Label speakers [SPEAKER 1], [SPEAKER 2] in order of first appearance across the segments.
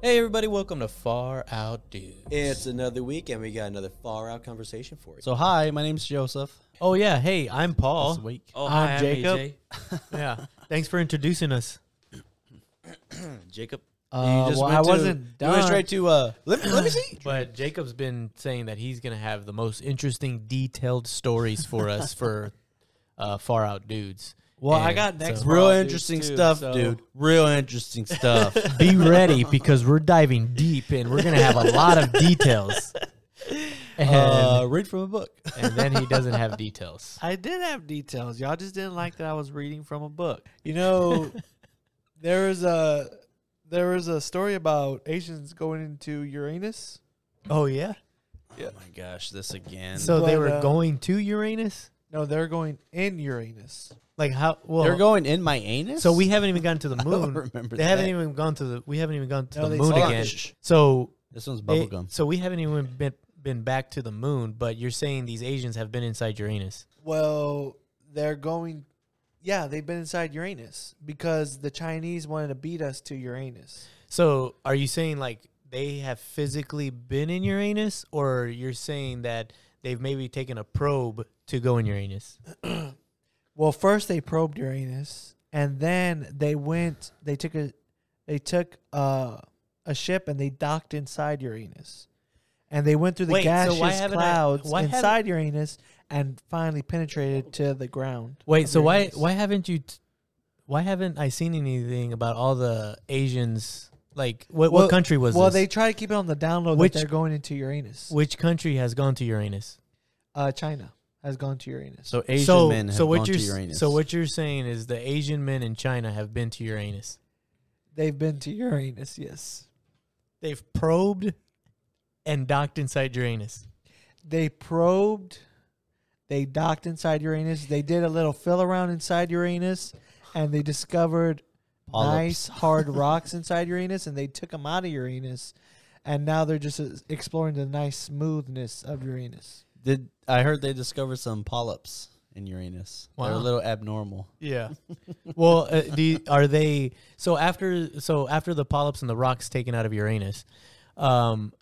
[SPEAKER 1] Hey everybody, welcome to Far Out Dudes.
[SPEAKER 2] It's another week, and we got another far out conversation for you.
[SPEAKER 3] So hi, my name's Joseph.
[SPEAKER 4] Oh yeah, hey, I'm Paul.
[SPEAKER 3] This week.
[SPEAKER 1] Oh,
[SPEAKER 4] I'm
[SPEAKER 1] hi, I'm
[SPEAKER 4] Jacob.
[SPEAKER 1] AJ.
[SPEAKER 4] Yeah, thanks for introducing us.
[SPEAKER 1] Jacob.
[SPEAKER 4] Uh,
[SPEAKER 2] just
[SPEAKER 4] well,
[SPEAKER 2] went
[SPEAKER 4] I
[SPEAKER 2] to-
[SPEAKER 4] wasn't
[SPEAKER 2] you went
[SPEAKER 4] done.
[SPEAKER 2] straight to uh, let me, let me see.
[SPEAKER 4] But Jacob's been saying that he's gonna have the most interesting, detailed stories for us for uh, far out dudes.
[SPEAKER 3] Well, I
[SPEAKER 4] And
[SPEAKER 3] got next
[SPEAKER 4] so-
[SPEAKER 3] real interesting
[SPEAKER 2] too,
[SPEAKER 3] stuff,
[SPEAKER 2] so-
[SPEAKER 3] dude. Real interesting stuff.
[SPEAKER 4] Be ready because we're diving deep and we're gonna have a lot of details. And,
[SPEAKER 3] uh, read from a book.
[SPEAKER 4] and then he doesn't have details.
[SPEAKER 5] I did have details. Y'all just didn't like that I was reading from a book.
[SPEAKER 3] You know,
[SPEAKER 5] There was a there was a story about Asians going into Uranus.
[SPEAKER 4] Oh yeah.
[SPEAKER 3] oh my gosh, this again.
[SPEAKER 4] So they
[SPEAKER 5] But,
[SPEAKER 4] were
[SPEAKER 5] uh,
[SPEAKER 4] going to Uranus.
[SPEAKER 5] No, they're going in Uranus.
[SPEAKER 4] Like how? Well,
[SPEAKER 3] they're going in my anus.
[SPEAKER 4] So we haven't even gotten to the
[SPEAKER 3] don't
[SPEAKER 4] moon.
[SPEAKER 3] remember
[SPEAKER 4] they haven't
[SPEAKER 3] that.
[SPEAKER 4] even gone to the. We haven't even gone to
[SPEAKER 5] No,
[SPEAKER 4] the
[SPEAKER 5] they
[SPEAKER 4] moon
[SPEAKER 5] said-
[SPEAKER 4] again.
[SPEAKER 3] Shh.
[SPEAKER 4] So
[SPEAKER 3] this one's
[SPEAKER 4] they-
[SPEAKER 3] bubblegum.
[SPEAKER 4] so we haven't even been been back to the moon. But you're saying these Asians have been inside Uranus.
[SPEAKER 5] Well, they're going yeah, they've been inside Uranus because the Chinese wanted to beat us to Uranus.
[SPEAKER 4] So are you saying like they have physically been in Uranus, or you're saying that they've maybe taken a probe to go in Uranus?
[SPEAKER 5] Well, first they probed Uranus, and then they went. They took a, they took a, a ship, and they docked inside Uranus, and they went through the
[SPEAKER 4] Wait, so
[SPEAKER 5] gaseous
[SPEAKER 4] why haven't I-
[SPEAKER 5] clouds
[SPEAKER 4] why haven't-
[SPEAKER 5] inside Uranus, and finally penetrated to the ground.
[SPEAKER 4] Wait.
[SPEAKER 5] of
[SPEAKER 4] So why
[SPEAKER 5] Uranus.
[SPEAKER 4] why haven't you? T- why haven't I seen anything about all the Asians? Like what
[SPEAKER 5] Well-
[SPEAKER 4] what country was
[SPEAKER 5] Well,
[SPEAKER 4] this?
[SPEAKER 5] they try to keep it on the download
[SPEAKER 4] Which-
[SPEAKER 5] that they're going into Uranus.
[SPEAKER 4] Which country has gone to Uranus?
[SPEAKER 5] Uh, China has gone to Uranus.
[SPEAKER 3] So Asian
[SPEAKER 4] so,
[SPEAKER 3] men have
[SPEAKER 4] so what
[SPEAKER 3] gone
[SPEAKER 4] you're,
[SPEAKER 3] to
[SPEAKER 4] s-
[SPEAKER 3] Uranus.
[SPEAKER 4] So what you're saying is the Asian men in China have been to Uranus.
[SPEAKER 5] They've been to Uranus. Yes,
[SPEAKER 4] They've probed and docked inside Uranus.
[SPEAKER 5] they probed. They docked inside Uranus. They did a little fill around inside Uranus, and they discovered
[SPEAKER 3] Polyps.
[SPEAKER 5] nice hard rocks inside Uranus, and they took them out of Uranus, and now they're just uh, exploring the nice smoothness of Uranus.
[SPEAKER 3] did I heard they discovered some polyps in Uranus? They're a
[SPEAKER 4] Wow.
[SPEAKER 3] little abnormal.
[SPEAKER 4] Yeah. well, uh, do you- are they so after so after the polyps and the rocks taken out of Uranus, um,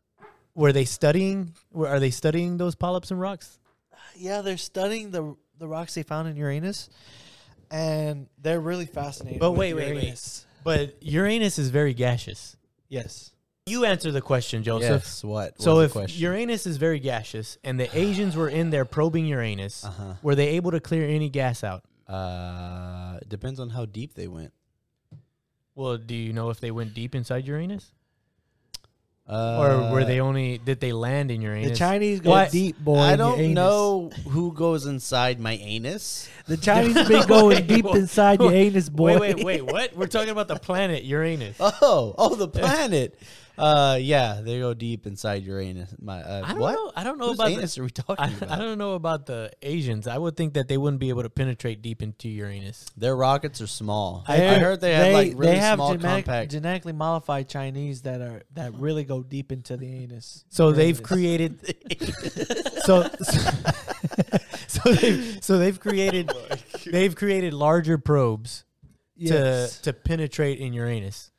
[SPEAKER 4] were they studying? Were, are they studying those polyps and rocks?
[SPEAKER 5] Yeah, they're studying the the rocks they found in Uranus, and they're really fascinated.
[SPEAKER 4] But
[SPEAKER 5] with
[SPEAKER 4] wait, wait, wait.
[SPEAKER 5] Uranus.
[SPEAKER 4] But Uranus is very gaseous.
[SPEAKER 5] Yes,
[SPEAKER 4] You answer the question, Joseph.
[SPEAKER 3] yes. What?
[SPEAKER 4] So
[SPEAKER 3] was the
[SPEAKER 4] if
[SPEAKER 3] question?
[SPEAKER 4] Uranus is very gaseous and the Asians were in there probing Uranus,
[SPEAKER 3] Uh-huh.
[SPEAKER 4] were they able to clear any gas out?
[SPEAKER 3] Uh, it depends on how deep they went.
[SPEAKER 4] Well, do you know if they went deep inside Uranus,
[SPEAKER 3] Uh,
[SPEAKER 4] or were they only did they land in
[SPEAKER 5] the
[SPEAKER 4] Uranus?
[SPEAKER 5] Chinese go
[SPEAKER 3] What?
[SPEAKER 5] deep, boy.
[SPEAKER 3] I
[SPEAKER 5] in your
[SPEAKER 3] don't
[SPEAKER 5] anus.
[SPEAKER 3] know who goes inside my anus.
[SPEAKER 5] The Chinese been going deep inside your anus, boy.
[SPEAKER 4] Wait, wait, wait! What? We're talking about the planet Uranus.
[SPEAKER 3] Oh, oh, the planet. uh, yeah, they go deep inside Uranus. My, uh,
[SPEAKER 4] I don't
[SPEAKER 3] what?
[SPEAKER 4] know. I don't know
[SPEAKER 3] Whose
[SPEAKER 4] about
[SPEAKER 3] anus
[SPEAKER 4] the,
[SPEAKER 3] are we talking
[SPEAKER 4] I,
[SPEAKER 3] about?
[SPEAKER 4] I don't know about the Asians. I would think that they wouldn't be able to penetrate deep into Uranus.
[SPEAKER 3] Their rockets are small. I,
[SPEAKER 5] They're-
[SPEAKER 3] heard they, have like really
[SPEAKER 5] they have
[SPEAKER 3] small,
[SPEAKER 5] genetic-
[SPEAKER 3] compact.
[SPEAKER 5] genetically modified Chinese that are that really go deep into the anus.
[SPEAKER 4] So they've
[SPEAKER 5] Uranus.
[SPEAKER 4] created. so, so, so they've so they've created they've created larger probes
[SPEAKER 5] Yes.
[SPEAKER 4] to to penetrate in Uranus.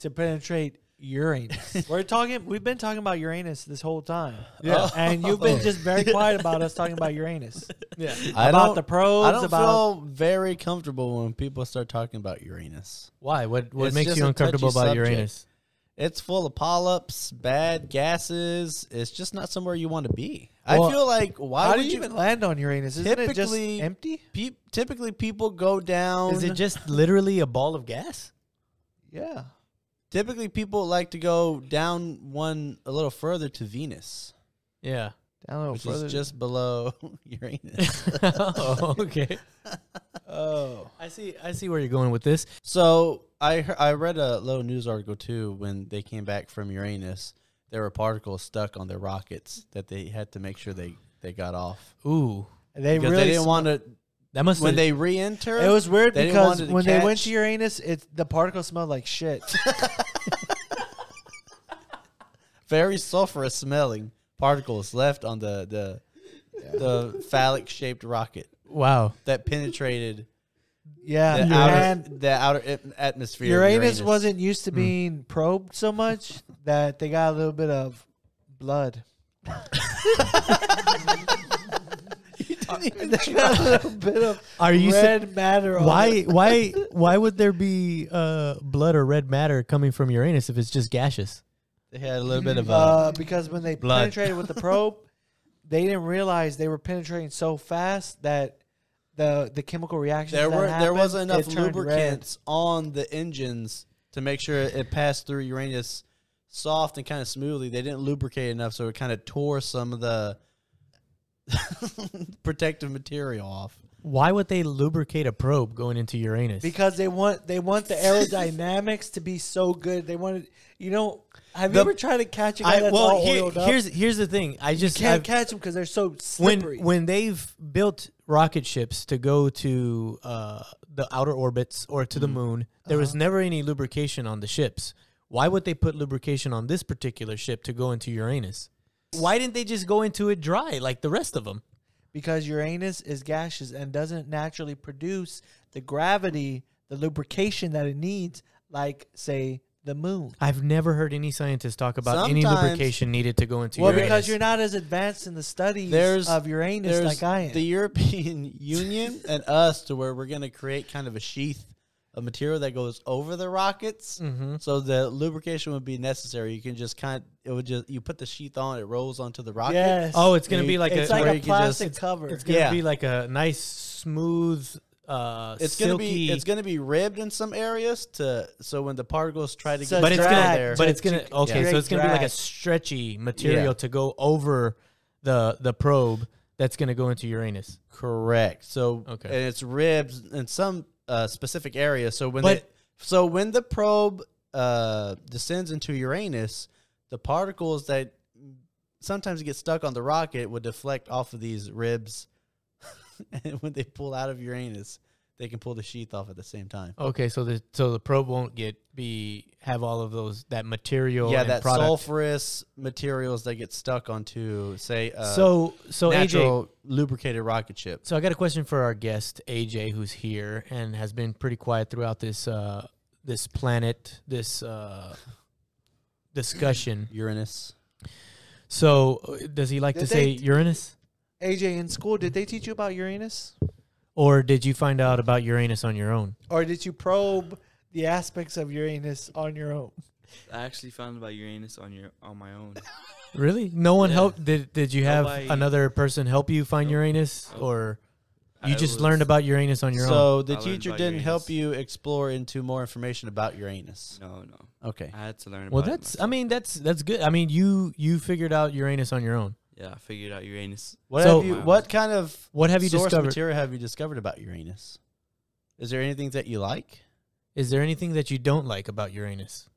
[SPEAKER 5] to penetrate Uranus. We're talking. We've been talking about Uranus this whole time. Uh,
[SPEAKER 3] Yeah.
[SPEAKER 5] and you've been just very quiet about us talking about Uranus.
[SPEAKER 4] Yeah.
[SPEAKER 3] I
[SPEAKER 5] about
[SPEAKER 3] don't,
[SPEAKER 5] the probes.
[SPEAKER 3] I don't
[SPEAKER 5] about
[SPEAKER 3] feel very comfortable when people start talking about Uranus.
[SPEAKER 4] Why? What what
[SPEAKER 3] It's
[SPEAKER 4] makes
[SPEAKER 3] just
[SPEAKER 4] you
[SPEAKER 3] a
[SPEAKER 4] uncomfortable
[SPEAKER 3] touchy
[SPEAKER 4] about
[SPEAKER 3] subject.
[SPEAKER 4] Uranus?
[SPEAKER 3] It's full of polyps, bad gases. It's just not somewhere you want to be. I
[SPEAKER 4] Well,
[SPEAKER 3] feel like why
[SPEAKER 5] how
[SPEAKER 3] would
[SPEAKER 5] did you even land on Uranus? Isn't it just
[SPEAKER 3] Typically-
[SPEAKER 5] empty?
[SPEAKER 3] Pe- typically, people go down.
[SPEAKER 4] Is it just literally a ball of gas?
[SPEAKER 5] Yeah.
[SPEAKER 3] typically people like to go down one a little further to Venus,
[SPEAKER 4] Yeah.
[SPEAKER 5] Down a little
[SPEAKER 3] which
[SPEAKER 5] further.
[SPEAKER 3] is just below Uranus.
[SPEAKER 4] oh, okay.
[SPEAKER 5] oh.
[SPEAKER 4] I see. I see where you're going with this.
[SPEAKER 3] so I he- I read a little news article too when they came back from Uranus. There were particles stuck on their rockets that they had to make sure they, they got off
[SPEAKER 4] Ooh,
[SPEAKER 5] They
[SPEAKER 3] because
[SPEAKER 5] really
[SPEAKER 3] they didn't want to
[SPEAKER 4] that must
[SPEAKER 3] when they re-enter.
[SPEAKER 5] It was weird
[SPEAKER 3] They didn't
[SPEAKER 5] because
[SPEAKER 3] want it to
[SPEAKER 5] when they went
[SPEAKER 3] catch.
[SPEAKER 5] to Uranus, it the particles smelled like shit.
[SPEAKER 3] very sulfurous smelling particles left on the the the phallic shaped rocket
[SPEAKER 4] Wow.
[SPEAKER 3] that penetrated
[SPEAKER 5] yeah,
[SPEAKER 3] the,
[SPEAKER 5] and
[SPEAKER 3] outer, the outer at- atmosphere. of
[SPEAKER 5] Uranus,
[SPEAKER 3] Uranus
[SPEAKER 5] wasn't used
[SPEAKER 4] Hmm.
[SPEAKER 5] to being probed so much that they got a little bit of blood. they got a little bit of
[SPEAKER 4] Are you sa-
[SPEAKER 5] red matter. on
[SPEAKER 4] why
[SPEAKER 5] it.
[SPEAKER 4] why why would there be uh, blood or red matter coming from Uranus if it's just gaseous?
[SPEAKER 3] They had a little bit of a.
[SPEAKER 5] Uh, because when they
[SPEAKER 3] blood.
[SPEAKER 5] penetrated with the probe, they didn't realize they were penetrating so fast that the the chemical reaction
[SPEAKER 3] there were there wasn't enough lubricants on the engines to make sure it passed through Uranus soft and kind of smoothly. They didn't lubricate enough, so it kind of tore some of the protective material off.
[SPEAKER 4] Why would they lubricate a probe going into Uranus?
[SPEAKER 5] because they want they want the aerodynamics to be so good. They wanted you know. Have
[SPEAKER 4] The-
[SPEAKER 5] you ever tried to catch a guy
[SPEAKER 4] I,
[SPEAKER 5] that's
[SPEAKER 4] well,
[SPEAKER 5] all
[SPEAKER 4] here-
[SPEAKER 5] oiled up?
[SPEAKER 4] here's here's the thing. I just
[SPEAKER 5] can't
[SPEAKER 4] I've-
[SPEAKER 5] catch them because they're so
[SPEAKER 4] when
[SPEAKER 5] slippery.
[SPEAKER 4] when they've built rocket ships to go to uh, the outer orbits or to the moon, there was never any lubrication on the ships. Why would they put lubrication on this particular ship to go into Uranus? Why didn't they just go into it dry like the rest of them?
[SPEAKER 5] because Uranus is gaseous and doesn't naturally produce the gravity, the lubrication that it needs, like say the moon.
[SPEAKER 4] I've never heard any scientist talk about any
[SPEAKER 3] Sometimes-
[SPEAKER 4] lubrication needed to go into
[SPEAKER 5] Well,
[SPEAKER 4] Uranus.
[SPEAKER 5] because you're not as advanced in the studies
[SPEAKER 3] There's-
[SPEAKER 5] of Uranus
[SPEAKER 3] There's
[SPEAKER 5] like I am.
[SPEAKER 3] the European Union and us to where we're going to create kind of a sheath of material that goes over the rockets,
[SPEAKER 5] Mm-hmm.
[SPEAKER 3] so the lubrication would be necessary. You can just kind it would just you put the sheath on, it rolls onto the rocket.
[SPEAKER 5] yes.
[SPEAKER 4] Oh, it's gonna
[SPEAKER 3] You-
[SPEAKER 4] be like
[SPEAKER 5] it's
[SPEAKER 4] a
[SPEAKER 5] like
[SPEAKER 3] where
[SPEAKER 5] a
[SPEAKER 3] you can just-
[SPEAKER 5] plastic cover.
[SPEAKER 4] it's gonna
[SPEAKER 3] yeah.
[SPEAKER 4] be like a nice smooth. Uh,
[SPEAKER 3] It's
[SPEAKER 4] silky,
[SPEAKER 3] gonna be it's gonna be ribbed in some areas to so when the particles try to
[SPEAKER 5] So
[SPEAKER 3] get
[SPEAKER 4] but
[SPEAKER 5] to
[SPEAKER 4] it's
[SPEAKER 5] drag,
[SPEAKER 4] gonna,
[SPEAKER 3] there.
[SPEAKER 4] but
[SPEAKER 5] to-
[SPEAKER 4] it's gonna,
[SPEAKER 5] to
[SPEAKER 4] okay, so
[SPEAKER 5] create
[SPEAKER 4] it's gonna be like a
[SPEAKER 5] drag.
[SPEAKER 4] stretchy material to go over the the probe that's gonna go into Uranus.
[SPEAKER 3] correct. So
[SPEAKER 4] Okay.
[SPEAKER 3] and it's ribbed in some uh, specific areas. So when
[SPEAKER 4] But-
[SPEAKER 3] the- so when the probe uh, descends into Uranus, the particles that sometimes get stuck on the rocket would deflect off of these ribs, and when they pull out of Uranus, they can pull the sheath off at the same time.
[SPEAKER 4] Okay, so the so the probe won't get be have all of those that material.
[SPEAKER 3] yeah,
[SPEAKER 4] and
[SPEAKER 3] that
[SPEAKER 4] product.
[SPEAKER 3] sulfurous materials that get stuck onto, say, uh,
[SPEAKER 4] so so AJ,
[SPEAKER 3] natural lubricated rocket ship.
[SPEAKER 4] so I got a question for our guest AJ, who's here and has been pretty quiet throughout this uh this planet this uh discussion.
[SPEAKER 3] Uranus.
[SPEAKER 4] So uh, does he like
[SPEAKER 5] Did
[SPEAKER 4] to say
[SPEAKER 5] they-
[SPEAKER 4] Uranus?
[SPEAKER 5] AJ in school, did they teach you about Uranus,
[SPEAKER 4] Or did you find out about Uranus on your own?
[SPEAKER 5] or did you probe the aspects of Uranus on your own?
[SPEAKER 6] I actually found about Uranus on your on my own.
[SPEAKER 4] Really? No one helped. Did Did you have
[SPEAKER 6] Nobody-
[SPEAKER 4] another person help you find Uranus,
[SPEAKER 6] Nope.
[SPEAKER 4] or you
[SPEAKER 6] I
[SPEAKER 4] just
[SPEAKER 6] was-
[SPEAKER 4] learned about Uranus on your own?
[SPEAKER 3] So the
[SPEAKER 6] I learned
[SPEAKER 3] teacher
[SPEAKER 6] about
[SPEAKER 3] didn't help you
[SPEAKER 6] Uranus.
[SPEAKER 3] explore into more information about Uranus.
[SPEAKER 6] No, no.
[SPEAKER 3] Okay.
[SPEAKER 6] I had to learn.
[SPEAKER 4] Well,
[SPEAKER 6] about it
[SPEAKER 4] that's. I
[SPEAKER 6] myself.
[SPEAKER 4] mean, that's that's good. I mean, you you figured out Uranus on your own.
[SPEAKER 6] Yeah, I figured out Uranus.
[SPEAKER 3] What
[SPEAKER 4] So-
[SPEAKER 3] have you? What kind of
[SPEAKER 4] What have you
[SPEAKER 3] source
[SPEAKER 4] discovered?
[SPEAKER 3] material have you discovered about Uranus? Is there anything that you like?
[SPEAKER 4] Is there anything that you don't like about Uranus?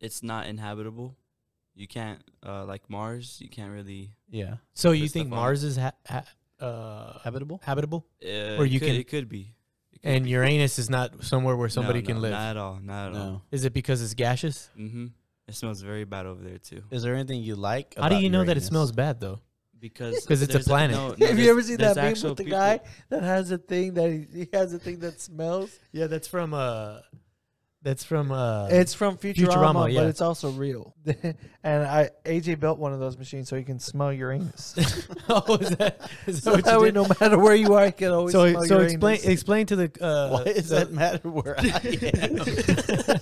[SPEAKER 6] It's not inhabitable. You can't uh, like Mars. You can't really.
[SPEAKER 3] Yeah,
[SPEAKER 4] So you
[SPEAKER 6] Just the
[SPEAKER 4] think
[SPEAKER 6] phone.
[SPEAKER 4] Mars is ha- ha- uh,
[SPEAKER 3] habitable.
[SPEAKER 4] habitable,
[SPEAKER 6] Uh,
[SPEAKER 4] Or
[SPEAKER 6] it
[SPEAKER 4] you
[SPEAKER 6] could,
[SPEAKER 4] can-
[SPEAKER 6] It could be. It could
[SPEAKER 4] and
[SPEAKER 6] be.
[SPEAKER 4] Uranus is not somewhere where
[SPEAKER 6] No,
[SPEAKER 4] somebody
[SPEAKER 6] no,
[SPEAKER 4] can live?
[SPEAKER 6] Not at all. Not at all.
[SPEAKER 3] No.
[SPEAKER 4] is it because it's gaseous?
[SPEAKER 6] Mm-hmm. It smells very bad over there too.
[SPEAKER 3] Is there anything you like?
[SPEAKER 4] How do
[SPEAKER 3] about
[SPEAKER 4] you know that it
[SPEAKER 3] Uranus?
[SPEAKER 4] smells bad though?
[SPEAKER 6] Because
[SPEAKER 4] 'Cause it's a
[SPEAKER 6] there's
[SPEAKER 4] planet.
[SPEAKER 6] no- no,
[SPEAKER 5] Have you
[SPEAKER 6] there's-
[SPEAKER 5] ever seen
[SPEAKER 6] there's
[SPEAKER 5] that meme
[SPEAKER 6] actual
[SPEAKER 5] with the
[SPEAKER 6] people-
[SPEAKER 5] guy that has a thing that he, he has a thing that smells?
[SPEAKER 4] Yeah, that's from uh, that's from uh,
[SPEAKER 5] It's from Futurama,
[SPEAKER 4] Futurama, yeah.
[SPEAKER 5] but it's also real. and I AJ built one of those machines so he can smell Uranus.
[SPEAKER 4] oh, is that, is that
[SPEAKER 5] so
[SPEAKER 4] what
[SPEAKER 5] that
[SPEAKER 4] you
[SPEAKER 5] way,
[SPEAKER 4] did?
[SPEAKER 5] no matter where you are, you can always
[SPEAKER 4] so
[SPEAKER 5] smell
[SPEAKER 4] so
[SPEAKER 5] Uranus.
[SPEAKER 4] explain explain to the uh,
[SPEAKER 3] Why does
[SPEAKER 4] the-
[SPEAKER 3] that matter? Where I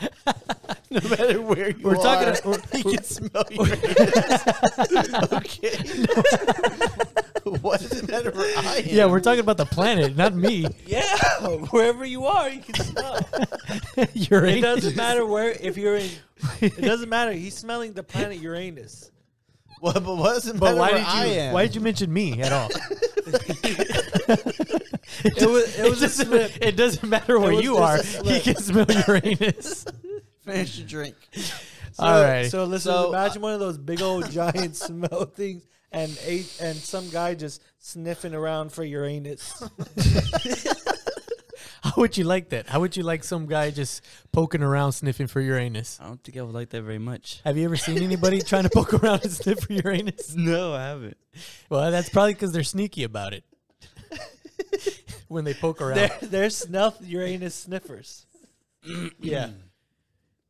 [SPEAKER 3] am? no matter where you
[SPEAKER 4] we're
[SPEAKER 3] are,
[SPEAKER 4] talking about,
[SPEAKER 3] you can smell Uranus. okay. Why does it matter where I am?
[SPEAKER 4] yeah we're talking about the planet not me
[SPEAKER 5] yeah, wherever you are, you can smell.
[SPEAKER 4] Uranus.
[SPEAKER 5] It doesn't matter where if you're in. It doesn't matter. He's smelling the planet Uranus.
[SPEAKER 3] Well, but what does it
[SPEAKER 4] but
[SPEAKER 3] matter
[SPEAKER 4] why
[SPEAKER 3] where
[SPEAKER 4] did you
[SPEAKER 3] I am?
[SPEAKER 4] why did you mention me at all
[SPEAKER 5] It was it was a
[SPEAKER 4] doesn't,
[SPEAKER 5] slip.
[SPEAKER 4] it doesn't matter where
[SPEAKER 5] was
[SPEAKER 4] you
[SPEAKER 5] just
[SPEAKER 4] are
[SPEAKER 5] a
[SPEAKER 4] he
[SPEAKER 5] slip.
[SPEAKER 4] can smell Uranus
[SPEAKER 3] finish your drink?
[SPEAKER 5] So,
[SPEAKER 4] all right
[SPEAKER 5] So uh, listen,
[SPEAKER 3] So,
[SPEAKER 5] imagine one of those big old giant smell things, and eight, and some guy just sniffing around for Uranus.
[SPEAKER 4] how would you like that how would you like some guy just poking around sniffing for Uranus
[SPEAKER 6] I don't think I would like that very much.
[SPEAKER 4] have you ever seen anybody trying to poke around and sniff for Uranus
[SPEAKER 6] No, I haven't.
[SPEAKER 4] well that's probably because they're sneaky about it when they poke around.
[SPEAKER 5] They're, they're snuff Uranus sniffers.
[SPEAKER 4] yeah.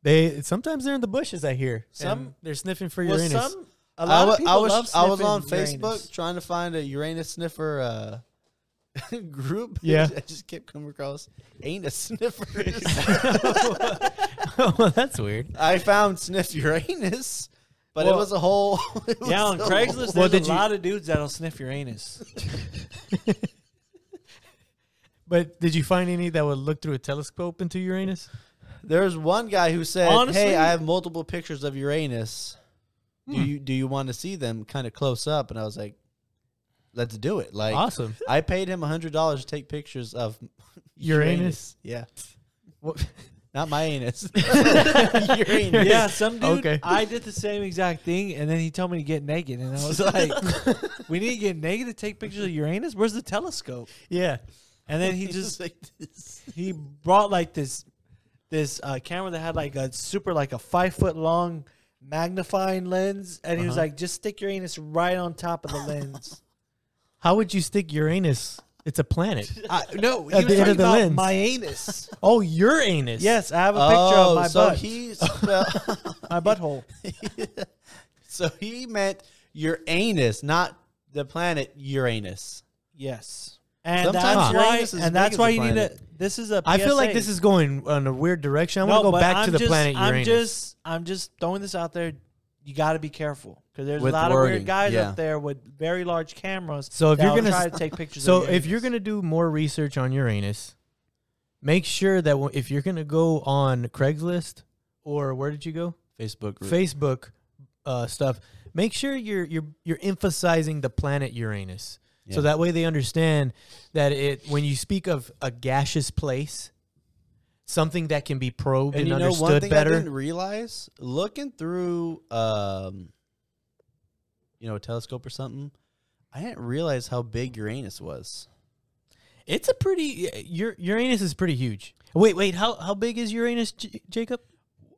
[SPEAKER 4] They sometimes they're in the bushes. I hear
[SPEAKER 3] Some-
[SPEAKER 4] And they're sniffing for
[SPEAKER 3] Well,
[SPEAKER 4] Uranus.
[SPEAKER 3] some-
[SPEAKER 5] A
[SPEAKER 3] I
[SPEAKER 5] lot
[SPEAKER 3] wa-
[SPEAKER 5] of people
[SPEAKER 3] I was
[SPEAKER 5] love
[SPEAKER 3] I was
[SPEAKER 5] sniffing
[SPEAKER 3] on
[SPEAKER 5] Uranus.
[SPEAKER 3] Facebook trying to find a Uranus sniffer uh, group.
[SPEAKER 4] Yeah.
[SPEAKER 3] I just kept coming across anus sniffers.
[SPEAKER 4] well, that's weird.
[SPEAKER 3] I found sniff Uranus, but it
[SPEAKER 5] Well-
[SPEAKER 3] was a whole. it was
[SPEAKER 5] Yeah, on
[SPEAKER 3] a
[SPEAKER 5] Craigslist,
[SPEAKER 4] Well,
[SPEAKER 5] there's
[SPEAKER 4] did
[SPEAKER 5] a
[SPEAKER 4] you-
[SPEAKER 5] lot of dudes that'll sniff Uranus.
[SPEAKER 4] But did you find any that would look through a telescope into Uranus?
[SPEAKER 3] There's one guy who said,
[SPEAKER 5] Honestly- Hmm.
[SPEAKER 3] "Hey, I have multiple pictures of Uranus. Do you do you want to see them kind of close up?" And I was like, "Let's do it!" Like,
[SPEAKER 4] Awesome.
[SPEAKER 3] I paid him hundred dollars to take pictures of
[SPEAKER 4] Uranus?
[SPEAKER 3] Yeah,
[SPEAKER 4] What-
[SPEAKER 3] not my anus.
[SPEAKER 4] Uranus.
[SPEAKER 5] yeah, some dude.
[SPEAKER 4] Okay.
[SPEAKER 5] I did the same exact thing, and then he told me to get naked, and I was like, "We need to get naked to take pictures of Uranus. Where's the telescope?"
[SPEAKER 4] Yeah.
[SPEAKER 5] And then he just he brought like this this uh, camera that had like a super like a five foot long magnifying lens, and he
[SPEAKER 3] Uh-huh.
[SPEAKER 5] was like, "Just stick Uranus right on top of the lens."
[SPEAKER 4] How would you stick Uranus? It's a planet.
[SPEAKER 5] I, no, he
[SPEAKER 4] At
[SPEAKER 5] was
[SPEAKER 4] the end
[SPEAKER 5] talking
[SPEAKER 4] of the
[SPEAKER 5] about
[SPEAKER 4] lens.
[SPEAKER 5] my anus.
[SPEAKER 4] Oh, Uranus.
[SPEAKER 5] yes, I have a picture
[SPEAKER 3] oh,
[SPEAKER 5] of my
[SPEAKER 3] so
[SPEAKER 5] butt,
[SPEAKER 3] he spell-
[SPEAKER 5] my butthole.
[SPEAKER 3] so he meant Uranus, not the planet Uranus.
[SPEAKER 5] Yes. And
[SPEAKER 3] Sometimes
[SPEAKER 5] that's why,
[SPEAKER 3] Uranus is
[SPEAKER 5] and
[SPEAKER 3] big
[SPEAKER 5] that's
[SPEAKER 3] as
[SPEAKER 5] why
[SPEAKER 3] a
[SPEAKER 5] you need to.
[SPEAKER 3] planet.
[SPEAKER 5] This is a.
[SPEAKER 4] I feel like
[SPEAKER 5] PSA.
[SPEAKER 4] this is going in a weird direction. I want to
[SPEAKER 5] No,
[SPEAKER 4] go
[SPEAKER 5] but
[SPEAKER 4] back to
[SPEAKER 5] I'm
[SPEAKER 4] the
[SPEAKER 5] just-
[SPEAKER 4] planet Uranus.
[SPEAKER 5] I'm just, I'm just throwing this out there. You got to be careful because there's
[SPEAKER 3] With
[SPEAKER 5] a lot of
[SPEAKER 3] wording,
[SPEAKER 5] weird guys
[SPEAKER 3] yeah.
[SPEAKER 5] out there with very large cameras.
[SPEAKER 4] So if you're
[SPEAKER 5] that'll
[SPEAKER 4] gonna
[SPEAKER 5] try
[SPEAKER 4] s-
[SPEAKER 5] to take pictures,
[SPEAKER 4] so
[SPEAKER 5] of
[SPEAKER 4] if you're
[SPEAKER 5] Uranus.
[SPEAKER 4] going to do more research on Uranus, make sure that w- if you're going to go on Craigslist or where did you go?
[SPEAKER 3] Facebook group.
[SPEAKER 4] Facebook uh, stuff, make sure you're you're you're emphasizing the planet Uranus. So
[SPEAKER 3] Yeah.
[SPEAKER 4] that way they understand that it when you speak of a gaseous place, something that can be probed and,
[SPEAKER 3] and you know
[SPEAKER 4] understood
[SPEAKER 3] one thing I
[SPEAKER 4] better.
[SPEAKER 3] didn't realize looking through um you know a telescope or something I didn't realize how big Uranus was.
[SPEAKER 4] It's a pretty Ur- Uranus is pretty huge. Wait, wait, how how big is Uranus, J- Jacob?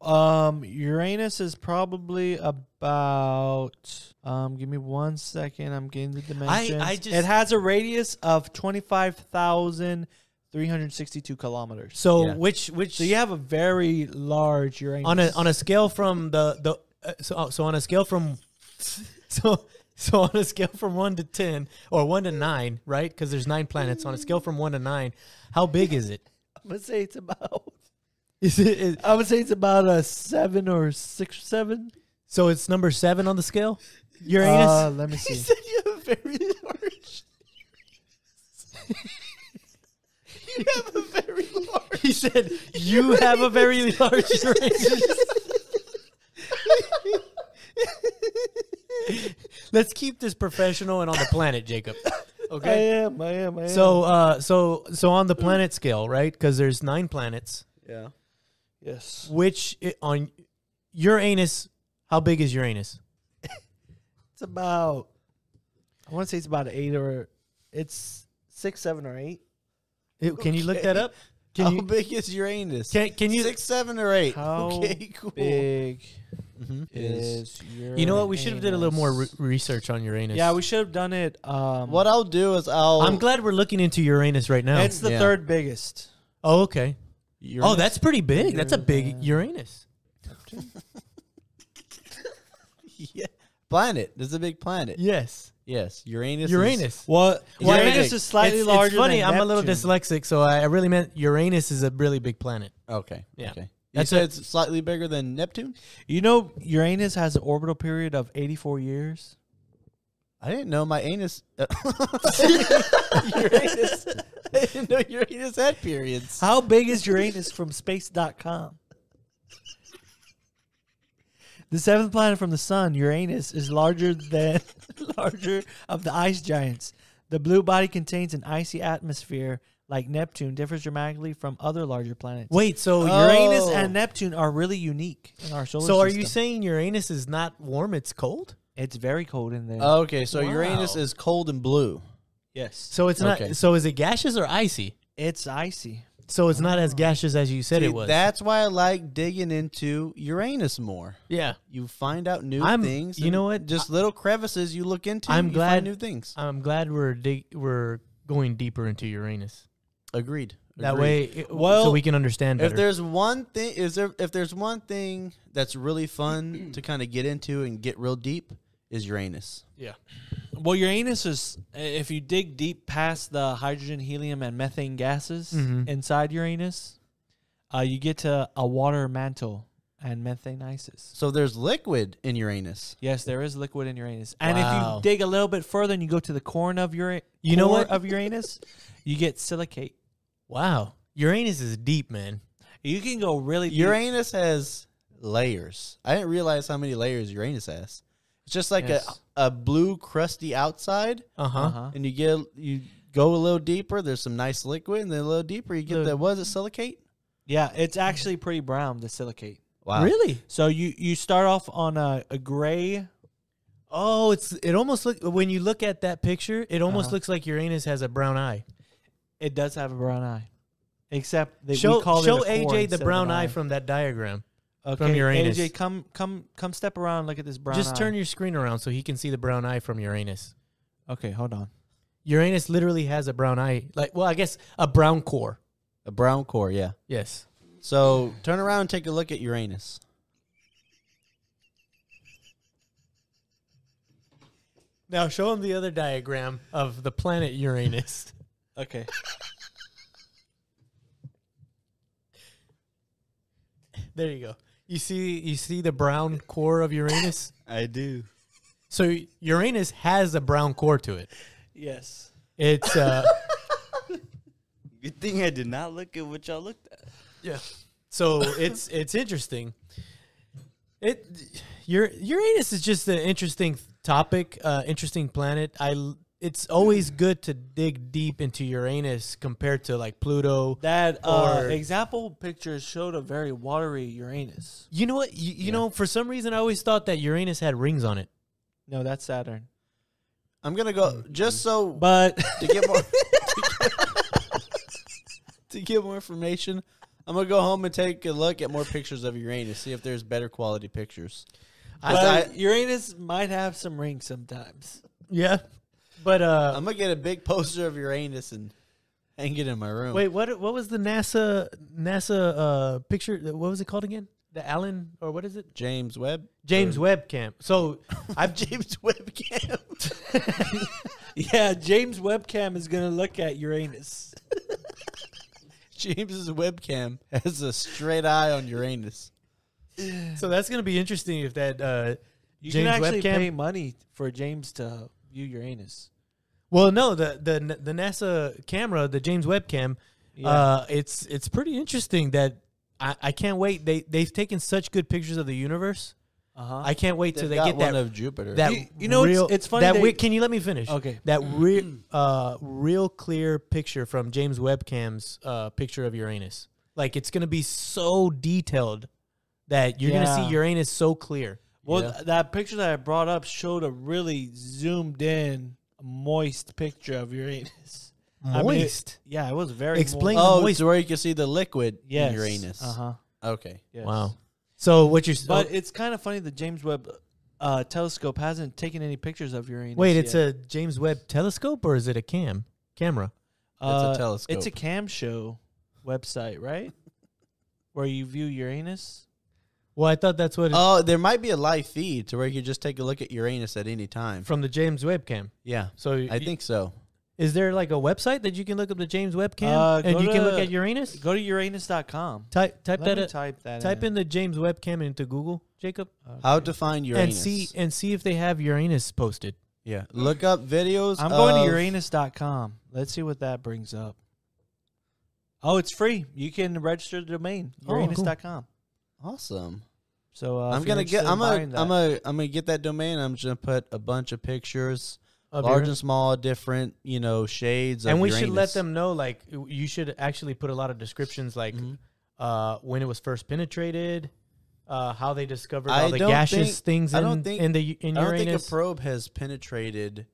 [SPEAKER 5] um, Uranus is probably about. Um, give me one second. I'm getting the dimensions.
[SPEAKER 4] just-
[SPEAKER 5] it has a radius of twenty five thousand three hundred sixty two kilometers.
[SPEAKER 4] So
[SPEAKER 3] Yeah.
[SPEAKER 4] which which
[SPEAKER 5] So you have a very large Uranus
[SPEAKER 4] on a on a scale from the the uh, so oh, so on a scale from so so on a scale from one to ten or one to nine, right? Because there's nine planets. On a scale from one to nine, how big is it?
[SPEAKER 5] I'm gonna say it's about.
[SPEAKER 4] Is it is,
[SPEAKER 5] I would say it's about a seven or six or seven.
[SPEAKER 4] so? It's number seven on the scale. Uranus.
[SPEAKER 5] Uh, let me see.
[SPEAKER 3] you have a very large You have a very large
[SPEAKER 4] he said you have a very large Uranus. Let's keep this professional and on the planet, Jacob.
[SPEAKER 5] I
[SPEAKER 4] Okay.
[SPEAKER 5] am. I am. I am.
[SPEAKER 4] So, uh, so, so on the planet scale, right? Because there's nine planets.
[SPEAKER 3] Yeah.
[SPEAKER 5] yes,
[SPEAKER 4] Which i- on Uranus? How big is Uranus?
[SPEAKER 5] it's about. I want to say it's about eight or it's six, seven, or eight.
[SPEAKER 4] It- Can you look that up?
[SPEAKER 3] how
[SPEAKER 4] Can you?
[SPEAKER 3] big is Uranus?
[SPEAKER 4] Can, can you?
[SPEAKER 3] Six, seven, or eight.
[SPEAKER 5] How
[SPEAKER 3] okay, cool.
[SPEAKER 5] Big
[SPEAKER 3] Mhm.
[SPEAKER 5] is your.
[SPEAKER 4] You know what? We should have did a little more re- research on Uranus.
[SPEAKER 5] Yeah, we should have done it. Um,
[SPEAKER 3] What I'll do is I'll
[SPEAKER 4] I'm glad we're looking into Uranus right now.
[SPEAKER 5] It's the
[SPEAKER 3] Yeah.
[SPEAKER 5] third biggest.
[SPEAKER 4] oh, okay.
[SPEAKER 3] Uranus-
[SPEAKER 4] Oh, that's pretty big. That's a big
[SPEAKER 5] Uranus.
[SPEAKER 4] Uranus.
[SPEAKER 3] yeah. planet. This is a big planet.
[SPEAKER 4] Yes,
[SPEAKER 3] Yes, Uranus. is-
[SPEAKER 4] Uranus.
[SPEAKER 5] What?
[SPEAKER 3] Well, I mean,
[SPEAKER 5] Uranus
[SPEAKER 3] it's-
[SPEAKER 5] is slightly
[SPEAKER 4] it's,
[SPEAKER 5] larger.
[SPEAKER 4] It's funny.
[SPEAKER 5] than
[SPEAKER 4] I'm a little
[SPEAKER 5] Neptune.
[SPEAKER 4] dyslexic, so I I really meant Uranus is a really big planet.
[SPEAKER 3] Okay.
[SPEAKER 4] Yeah.
[SPEAKER 3] Okay. You
[SPEAKER 4] That's
[SPEAKER 3] said
[SPEAKER 4] a-
[SPEAKER 3] it's slightly bigger than Neptune.
[SPEAKER 5] You know, Uranus has an orbital period of 84 years.
[SPEAKER 3] I didn't know my anus. Uranus. I didn't know Uranus had periods.
[SPEAKER 5] How big is Uranus from space.com? The seventh planet from the sun, Uranus, is larger than larger of the ice giants. The blue body contains an icy atmosphere like Neptune, differs dramatically from other larger planets.
[SPEAKER 4] Wait, so
[SPEAKER 5] Uranus
[SPEAKER 4] Uranus
[SPEAKER 5] and Neptune are really unique in our solar
[SPEAKER 4] so are
[SPEAKER 5] system.
[SPEAKER 4] you saying Uranus is not warm? It's cold.
[SPEAKER 5] it's very cold in there?
[SPEAKER 3] Okay, so Uranus
[SPEAKER 4] Wow.
[SPEAKER 3] is cold and blue.
[SPEAKER 5] yes,
[SPEAKER 4] So it's not.
[SPEAKER 3] Okay.
[SPEAKER 4] So is it gaseous or icy?
[SPEAKER 5] it's icy.
[SPEAKER 4] So it's not as gaseous as you said
[SPEAKER 3] See,
[SPEAKER 4] it was.
[SPEAKER 3] That's why I like digging into Uranus more.
[SPEAKER 4] yeah.
[SPEAKER 3] You find out new
[SPEAKER 4] I'm-
[SPEAKER 3] things.
[SPEAKER 4] you
[SPEAKER 3] and
[SPEAKER 4] know what?
[SPEAKER 3] Just little crevices you look into.
[SPEAKER 4] I'm
[SPEAKER 3] you
[SPEAKER 4] glad-
[SPEAKER 3] find new things.
[SPEAKER 4] I'm glad we're dig- we're going deeper into Uranus.
[SPEAKER 3] Agreed.
[SPEAKER 4] That
[SPEAKER 3] Agreed.
[SPEAKER 4] way, it, well, so
[SPEAKER 3] Well,
[SPEAKER 4] we can understand
[SPEAKER 3] if
[SPEAKER 4] better.
[SPEAKER 3] there's one thing is there if there's one thing that's really fun to kind of get into and get real deep is Uranus.
[SPEAKER 5] Well, Uranus is if you dig deep past the hydrogen, helium, and methane gases
[SPEAKER 4] Mhm.
[SPEAKER 5] inside Uranus, uh, you get to a water mantle and methane ices.
[SPEAKER 3] So there's liquid in Uranus.
[SPEAKER 5] Yes, there is liquid in Uranus, and if
[SPEAKER 4] Wow.
[SPEAKER 5] you dig a little bit further and you go to the corn of Uranus,
[SPEAKER 4] You know what?
[SPEAKER 5] of Uranus, you get silicate.
[SPEAKER 4] Wow, Uranus is deep, man.
[SPEAKER 5] You can go really deep.
[SPEAKER 3] Uranus has layers. I didn't realize how many layers Uranus has. It's just like
[SPEAKER 5] Yes.
[SPEAKER 3] a a blue crusty outside,
[SPEAKER 4] Uh huh.
[SPEAKER 5] Uh-huh.
[SPEAKER 3] and you get you go a little deeper. There's some nice liquid, and then a little deeper you get
[SPEAKER 4] Look.
[SPEAKER 3] that was it silicate?
[SPEAKER 5] Yeah, it's actually pretty brown the silicate.
[SPEAKER 3] Wow,
[SPEAKER 4] Really?
[SPEAKER 5] So you you start off on a, a gray.
[SPEAKER 4] Oh, it's it almost look when you look at that picture, it almost
[SPEAKER 5] Uh-huh.
[SPEAKER 4] looks like Uranus has a brown eye.
[SPEAKER 5] It does have a brown eye, except that
[SPEAKER 4] show
[SPEAKER 5] we call
[SPEAKER 4] show
[SPEAKER 5] it a core
[SPEAKER 4] AJ
[SPEAKER 5] instead
[SPEAKER 4] the
[SPEAKER 5] of an
[SPEAKER 4] brown eye from that diagram.
[SPEAKER 5] okay,
[SPEAKER 4] from Uranus.
[SPEAKER 5] AJ, come come come step around. and Look at this brown.
[SPEAKER 4] Just
[SPEAKER 5] eye.
[SPEAKER 4] turn your screen around so he can see the brown eye from Uranus.
[SPEAKER 5] Okay, hold on.
[SPEAKER 4] Uranus literally has a brown eye. Like, well, I guess a brown core.
[SPEAKER 3] a brown core, yeah.
[SPEAKER 4] Yes.
[SPEAKER 3] So turn around and take a look at Uranus.
[SPEAKER 4] Now show him the other diagram of the planet Uranus.
[SPEAKER 5] Okay.
[SPEAKER 4] There you go. You see you see the brown core of Uranus?
[SPEAKER 6] I do.
[SPEAKER 4] So Uranus has a brown core to it.
[SPEAKER 5] yes.
[SPEAKER 4] It's uh
[SPEAKER 6] Good thing I did not look at what y'all looked at.
[SPEAKER 4] Yeah. So it's it's interesting. It your Uranus is just an interesting topic, uh, interesting planet. I l- it's always
[SPEAKER 3] Mm.
[SPEAKER 4] good to dig deep into Uranus compared to like Pluto.
[SPEAKER 5] That uh,
[SPEAKER 4] Or-
[SPEAKER 5] example picture showed a very watery Uranus.
[SPEAKER 4] You know what? You, you know, for some reason, I always thought that Uranus had rings on it.
[SPEAKER 5] No, that's Saturn.
[SPEAKER 3] I'm gonna go just so
[SPEAKER 5] But
[SPEAKER 3] to get more to get- to get more information. I'm gonna go home and take a look at more pictures of Uranus, see if there's better quality pictures.
[SPEAKER 5] but
[SPEAKER 3] I-
[SPEAKER 5] Uranus might have some rings sometimes.
[SPEAKER 4] Yeah, but uh,
[SPEAKER 3] I'm gonna get a big poster of Uranus and hang it in my room.
[SPEAKER 4] wait, what? What was the NASA NASA uh picture? What was it called again? The Allen or what is it?
[SPEAKER 3] James Webb.
[SPEAKER 4] James Webb Camp. So
[SPEAKER 3] I've Uh, James Webb camp.
[SPEAKER 5] Yeah, James webcam is gonna look at Uranus.
[SPEAKER 3] James's webcam has a straight eye on Uranus.
[SPEAKER 4] so that's gonna be interesting if that. Uh,
[SPEAKER 5] You
[SPEAKER 4] James
[SPEAKER 5] can actually
[SPEAKER 4] webcam?
[SPEAKER 5] pay money for James to view Uranus.
[SPEAKER 4] Well, no, the the the NASA camera, the James Webb cam,
[SPEAKER 5] Yeah.
[SPEAKER 4] uh, it's it's pretty interesting that I, I can't wait. They they've taken such good pictures of the universe.
[SPEAKER 5] Uh-huh.
[SPEAKER 4] I can't wait till
[SPEAKER 3] They've
[SPEAKER 4] they
[SPEAKER 3] got
[SPEAKER 4] get
[SPEAKER 3] one
[SPEAKER 4] that
[SPEAKER 3] of Jupiter.
[SPEAKER 4] that
[SPEAKER 5] You- you know, it's-
[SPEAKER 4] real,
[SPEAKER 5] it's funny
[SPEAKER 4] That
[SPEAKER 5] they-
[SPEAKER 4] we- can you let me finish?
[SPEAKER 5] Okay.
[SPEAKER 4] That real uh real clear picture from James Webb cam's uh picture of Uranus. Like it's gonna be so detailed that you're gonna
[SPEAKER 5] Yeah.
[SPEAKER 4] see Uranus so clear.
[SPEAKER 5] Well, th- that picture that I brought up showed a really zoomed in, moist picture of Uranus. I mean, it-
[SPEAKER 4] Moist.
[SPEAKER 5] yeah, it was very
[SPEAKER 4] Explain-
[SPEAKER 5] Moist.
[SPEAKER 3] oh,
[SPEAKER 4] moist-
[SPEAKER 3] it's where you can see the liquid
[SPEAKER 5] Yes.
[SPEAKER 3] in Uranus.
[SPEAKER 5] Uh huh.
[SPEAKER 3] Okay.
[SPEAKER 5] Yes.
[SPEAKER 4] Wow. So what you're oh,
[SPEAKER 5] But it's kind of funny the James Webb uh, telescope hasn't taken any pictures of Uranus.
[SPEAKER 4] Wait, it's
[SPEAKER 5] yet.
[SPEAKER 4] a James Webb telescope or is it a cam camera?
[SPEAKER 5] Uh,
[SPEAKER 3] it's a telescope.
[SPEAKER 5] It's a cam show website, right? Where you view Uranus.
[SPEAKER 4] Well, I thought that's what it,
[SPEAKER 3] Oh, there might be a live feed to where you could just take a look at Uranus at any time.
[SPEAKER 4] from the James Webb cam.
[SPEAKER 3] Yeah,
[SPEAKER 4] So
[SPEAKER 3] I think so.
[SPEAKER 4] is there like a website that you can look up the James Webb cam
[SPEAKER 5] Uh,
[SPEAKER 4] and
[SPEAKER 5] go
[SPEAKER 4] you can look
[SPEAKER 5] to-
[SPEAKER 4] at Uranus?
[SPEAKER 5] Go to Uranus.com.
[SPEAKER 4] Type type
[SPEAKER 5] Let
[SPEAKER 4] that
[SPEAKER 5] me
[SPEAKER 4] that
[SPEAKER 5] type that.
[SPEAKER 4] type in the James Webb cam into Google, Jacob,
[SPEAKER 3] How to find
[SPEAKER 4] and
[SPEAKER 3] Uranus?
[SPEAKER 4] see and see if they have Uranus posted.
[SPEAKER 3] yeah, look up videos.
[SPEAKER 5] I'm going
[SPEAKER 3] of-
[SPEAKER 5] to Uranus.com. Let's see what that brings up. Oh, it's free. You can register the domain
[SPEAKER 4] Oh, cool.
[SPEAKER 5] Uranus.com.
[SPEAKER 3] Awesome.
[SPEAKER 5] So uh,
[SPEAKER 3] I'm
[SPEAKER 5] if you're
[SPEAKER 3] gonna get.
[SPEAKER 5] interested in
[SPEAKER 3] I'm
[SPEAKER 5] buying
[SPEAKER 3] gonna.
[SPEAKER 5] that-
[SPEAKER 3] I'm gonna. I'm gonna get that domain. I'm just gonna put a bunch of pictures,
[SPEAKER 4] Of
[SPEAKER 3] large
[SPEAKER 4] Uran-
[SPEAKER 3] and small, different. You know, shades.
[SPEAKER 4] and
[SPEAKER 3] of
[SPEAKER 4] we should let
[SPEAKER 3] Uranus.
[SPEAKER 4] them know like you should actually put a lot of descriptions like
[SPEAKER 3] Mm-hmm.
[SPEAKER 4] uh, when it was first penetrated. Uh, how they discovered
[SPEAKER 3] I
[SPEAKER 4] all the
[SPEAKER 3] don't
[SPEAKER 4] gaseous
[SPEAKER 3] think-
[SPEAKER 4] things
[SPEAKER 3] I
[SPEAKER 4] in,
[SPEAKER 3] don't think-
[SPEAKER 4] in the in
[SPEAKER 3] I don't think a
[SPEAKER 4] Uranus.
[SPEAKER 3] probe has penetrated.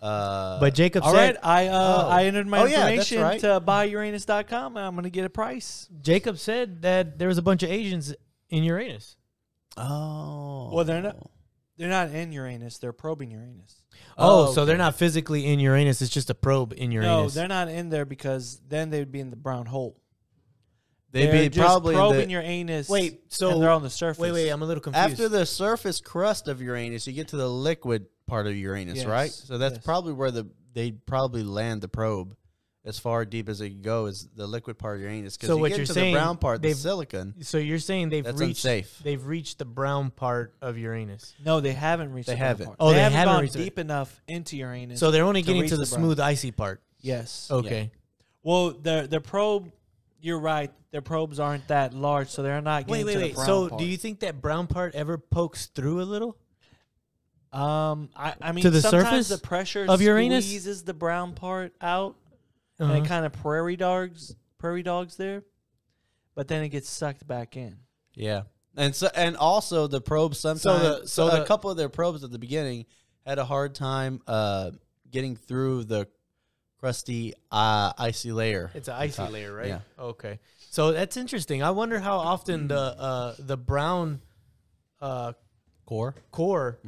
[SPEAKER 3] Uh,
[SPEAKER 4] but Jacob
[SPEAKER 5] All
[SPEAKER 4] said
[SPEAKER 5] right, I uh,
[SPEAKER 3] Oh.
[SPEAKER 5] I entered my
[SPEAKER 3] Oh, yeah, that's
[SPEAKER 5] information
[SPEAKER 3] right.
[SPEAKER 5] to buy Uranus.com, and I'm gonna get a price.
[SPEAKER 4] Jacob said that there was a bunch of Asians in Uranus.
[SPEAKER 3] oh,
[SPEAKER 5] Well, they're not- They're not in Uranus. They're probing Uranus.
[SPEAKER 4] Oh, so they're not physically in Uranus. It's just a probe in
[SPEAKER 5] No,
[SPEAKER 4] Uranus.
[SPEAKER 5] they're not in there because then they'd be in the brown hole.
[SPEAKER 3] They'd
[SPEAKER 5] They're
[SPEAKER 3] be
[SPEAKER 5] just
[SPEAKER 3] probably
[SPEAKER 5] probing
[SPEAKER 3] the-
[SPEAKER 5] your anus.
[SPEAKER 4] Wait, so-
[SPEAKER 5] and they're on the surface.
[SPEAKER 4] wait, wait. I'm a little confused.
[SPEAKER 3] after the surface crust of Uranus. You get to the liquid part of Uranus,
[SPEAKER 5] Yes,
[SPEAKER 3] right? So that's
[SPEAKER 5] yes.
[SPEAKER 3] probably where the they'd probably land the probe. As far deep as it can go is the liquid part of Uranus. Because
[SPEAKER 4] So
[SPEAKER 3] you
[SPEAKER 4] what
[SPEAKER 3] get
[SPEAKER 4] you're
[SPEAKER 3] to
[SPEAKER 4] saying,
[SPEAKER 3] the brown part, the
[SPEAKER 4] they've-
[SPEAKER 3] silicon.
[SPEAKER 4] so you're saying they've
[SPEAKER 3] That's
[SPEAKER 4] reached
[SPEAKER 3] unsafe.
[SPEAKER 4] they've reached the brown part of Uranus.
[SPEAKER 5] no, they haven't reached.
[SPEAKER 3] They
[SPEAKER 5] the brown
[SPEAKER 3] haven't.
[SPEAKER 5] part.
[SPEAKER 4] Oh, they haven't
[SPEAKER 5] gone
[SPEAKER 4] reached it.
[SPEAKER 5] deep enough into Uranus.
[SPEAKER 4] So they're only
[SPEAKER 5] to
[SPEAKER 4] getting
[SPEAKER 5] reach
[SPEAKER 4] to the,
[SPEAKER 5] the brown.
[SPEAKER 4] smooth icy part.
[SPEAKER 5] yes.
[SPEAKER 4] Okay.
[SPEAKER 5] Well, the the probe. You're right. Their probes aren't that large, so they're not
[SPEAKER 4] Wait,
[SPEAKER 5] getting
[SPEAKER 4] wait,
[SPEAKER 5] to the
[SPEAKER 4] wait.
[SPEAKER 5] brown
[SPEAKER 4] So
[SPEAKER 5] part.
[SPEAKER 4] do you think that brown part ever pokes through a little?
[SPEAKER 5] Um, I, I mean,
[SPEAKER 4] To the
[SPEAKER 5] sometimes
[SPEAKER 4] surface
[SPEAKER 5] the pressure
[SPEAKER 4] of Uranus?
[SPEAKER 5] squeezes the brown part out, and
[SPEAKER 4] Uh-huh.
[SPEAKER 5] it kind of prairie dogs, prairie dogs there, but then it gets sucked back in.
[SPEAKER 3] Yeah, and so and also the probes sometimes. So,
[SPEAKER 4] the- so the-
[SPEAKER 3] a couple of their probes at the beginning had a hard time uh, getting through the crusty uh, icy layer.
[SPEAKER 4] It's an icy layer, right?
[SPEAKER 3] yeah.
[SPEAKER 4] Okay. So that's interesting. I wonder how often the uh, the brown uh,
[SPEAKER 3] core. Mm-hmm.
[SPEAKER 4] core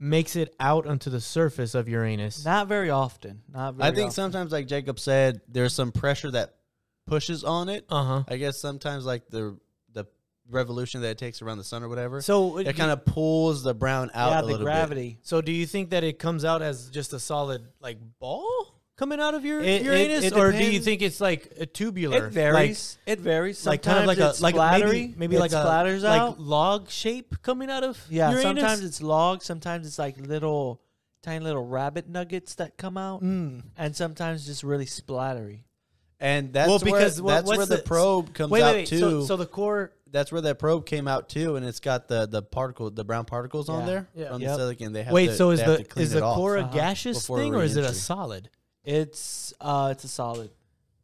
[SPEAKER 4] makes it out onto the surface of Uranus.
[SPEAKER 5] Not very often. Not very.
[SPEAKER 3] I think
[SPEAKER 5] often.
[SPEAKER 3] sometimes, like Jacob said, there's some pressure that pushes on it.
[SPEAKER 4] Uh huh.
[SPEAKER 3] I guess sometimes, like the the revolution that it takes around the sun or whatever,
[SPEAKER 4] So
[SPEAKER 3] it kind of pulls the brown out.
[SPEAKER 5] yeah,
[SPEAKER 3] a
[SPEAKER 5] the
[SPEAKER 3] little
[SPEAKER 5] gravity.
[SPEAKER 4] So do you think that it comes out as just a solid like ball coming out of your
[SPEAKER 5] It- it-
[SPEAKER 4] Uranus,
[SPEAKER 5] it
[SPEAKER 4] or do you
[SPEAKER 5] depends.
[SPEAKER 4] think it's like a tubular?
[SPEAKER 5] It varies. it varies.
[SPEAKER 4] Like, like
[SPEAKER 5] Sometimes
[SPEAKER 4] kind of like a
[SPEAKER 5] it's
[SPEAKER 4] like a
[SPEAKER 5] splattery.
[SPEAKER 4] maybe, maybe
[SPEAKER 5] it
[SPEAKER 4] like a
[SPEAKER 5] splatters
[SPEAKER 4] like
[SPEAKER 5] out.
[SPEAKER 4] log shape coming out of
[SPEAKER 5] Yeah.
[SPEAKER 4] Uranus?
[SPEAKER 5] Sometimes it's logs. Sometimes it's like little, tiny little rabbit nuggets that come out,
[SPEAKER 4] Mm.
[SPEAKER 5] and sometimes just really splattery.
[SPEAKER 3] bit. and that's
[SPEAKER 4] Well,
[SPEAKER 3] because
[SPEAKER 4] because
[SPEAKER 3] where,
[SPEAKER 4] what-
[SPEAKER 3] that's
[SPEAKER 4] what's
[SPEAKER 3] where the,
[SPEAKER 4] the-
[SPEAKER 3] probe comes
[SPEAKER 4] wait,
[SPEAKER 3] out
[SPEAKER 4] wait, wait.
[SPEAKER 3] too.
[SPEAKER 4] So, so the core
[SPEAKER 3] that's where that probe came out too, and it's got the the particle, the brown particles on
[SPEAKER 5] Yeah.
[SPEAKER 3] there
[SPEAKER 4] Yeah.
[SPEAKER 3] from
[SPEAKER 5] Yep.
[SPEAKER 3] the silicon. They have
[SPEAKER 4] Wait,
[SPEAKER 3] to-
[SPEAKER 4] so is
[SPEAKER 3] they have
[SPEAKER 4] the
[SPEAKER 3] to clean
[SPEAKER 4] is the
[SPEAKER 3] it off.
[SPEAKER 4] core a
[SPEAKER 5] Uh-huh.
[SPEAKER 4] gaseous
[SPEAKER 3] Before
[SPEAKER 4] thing or is it a
[SPEAKER 3] reentry.
[SPEAKER 4] solid?
[SPEAKER 5] It's uh, it's a solid.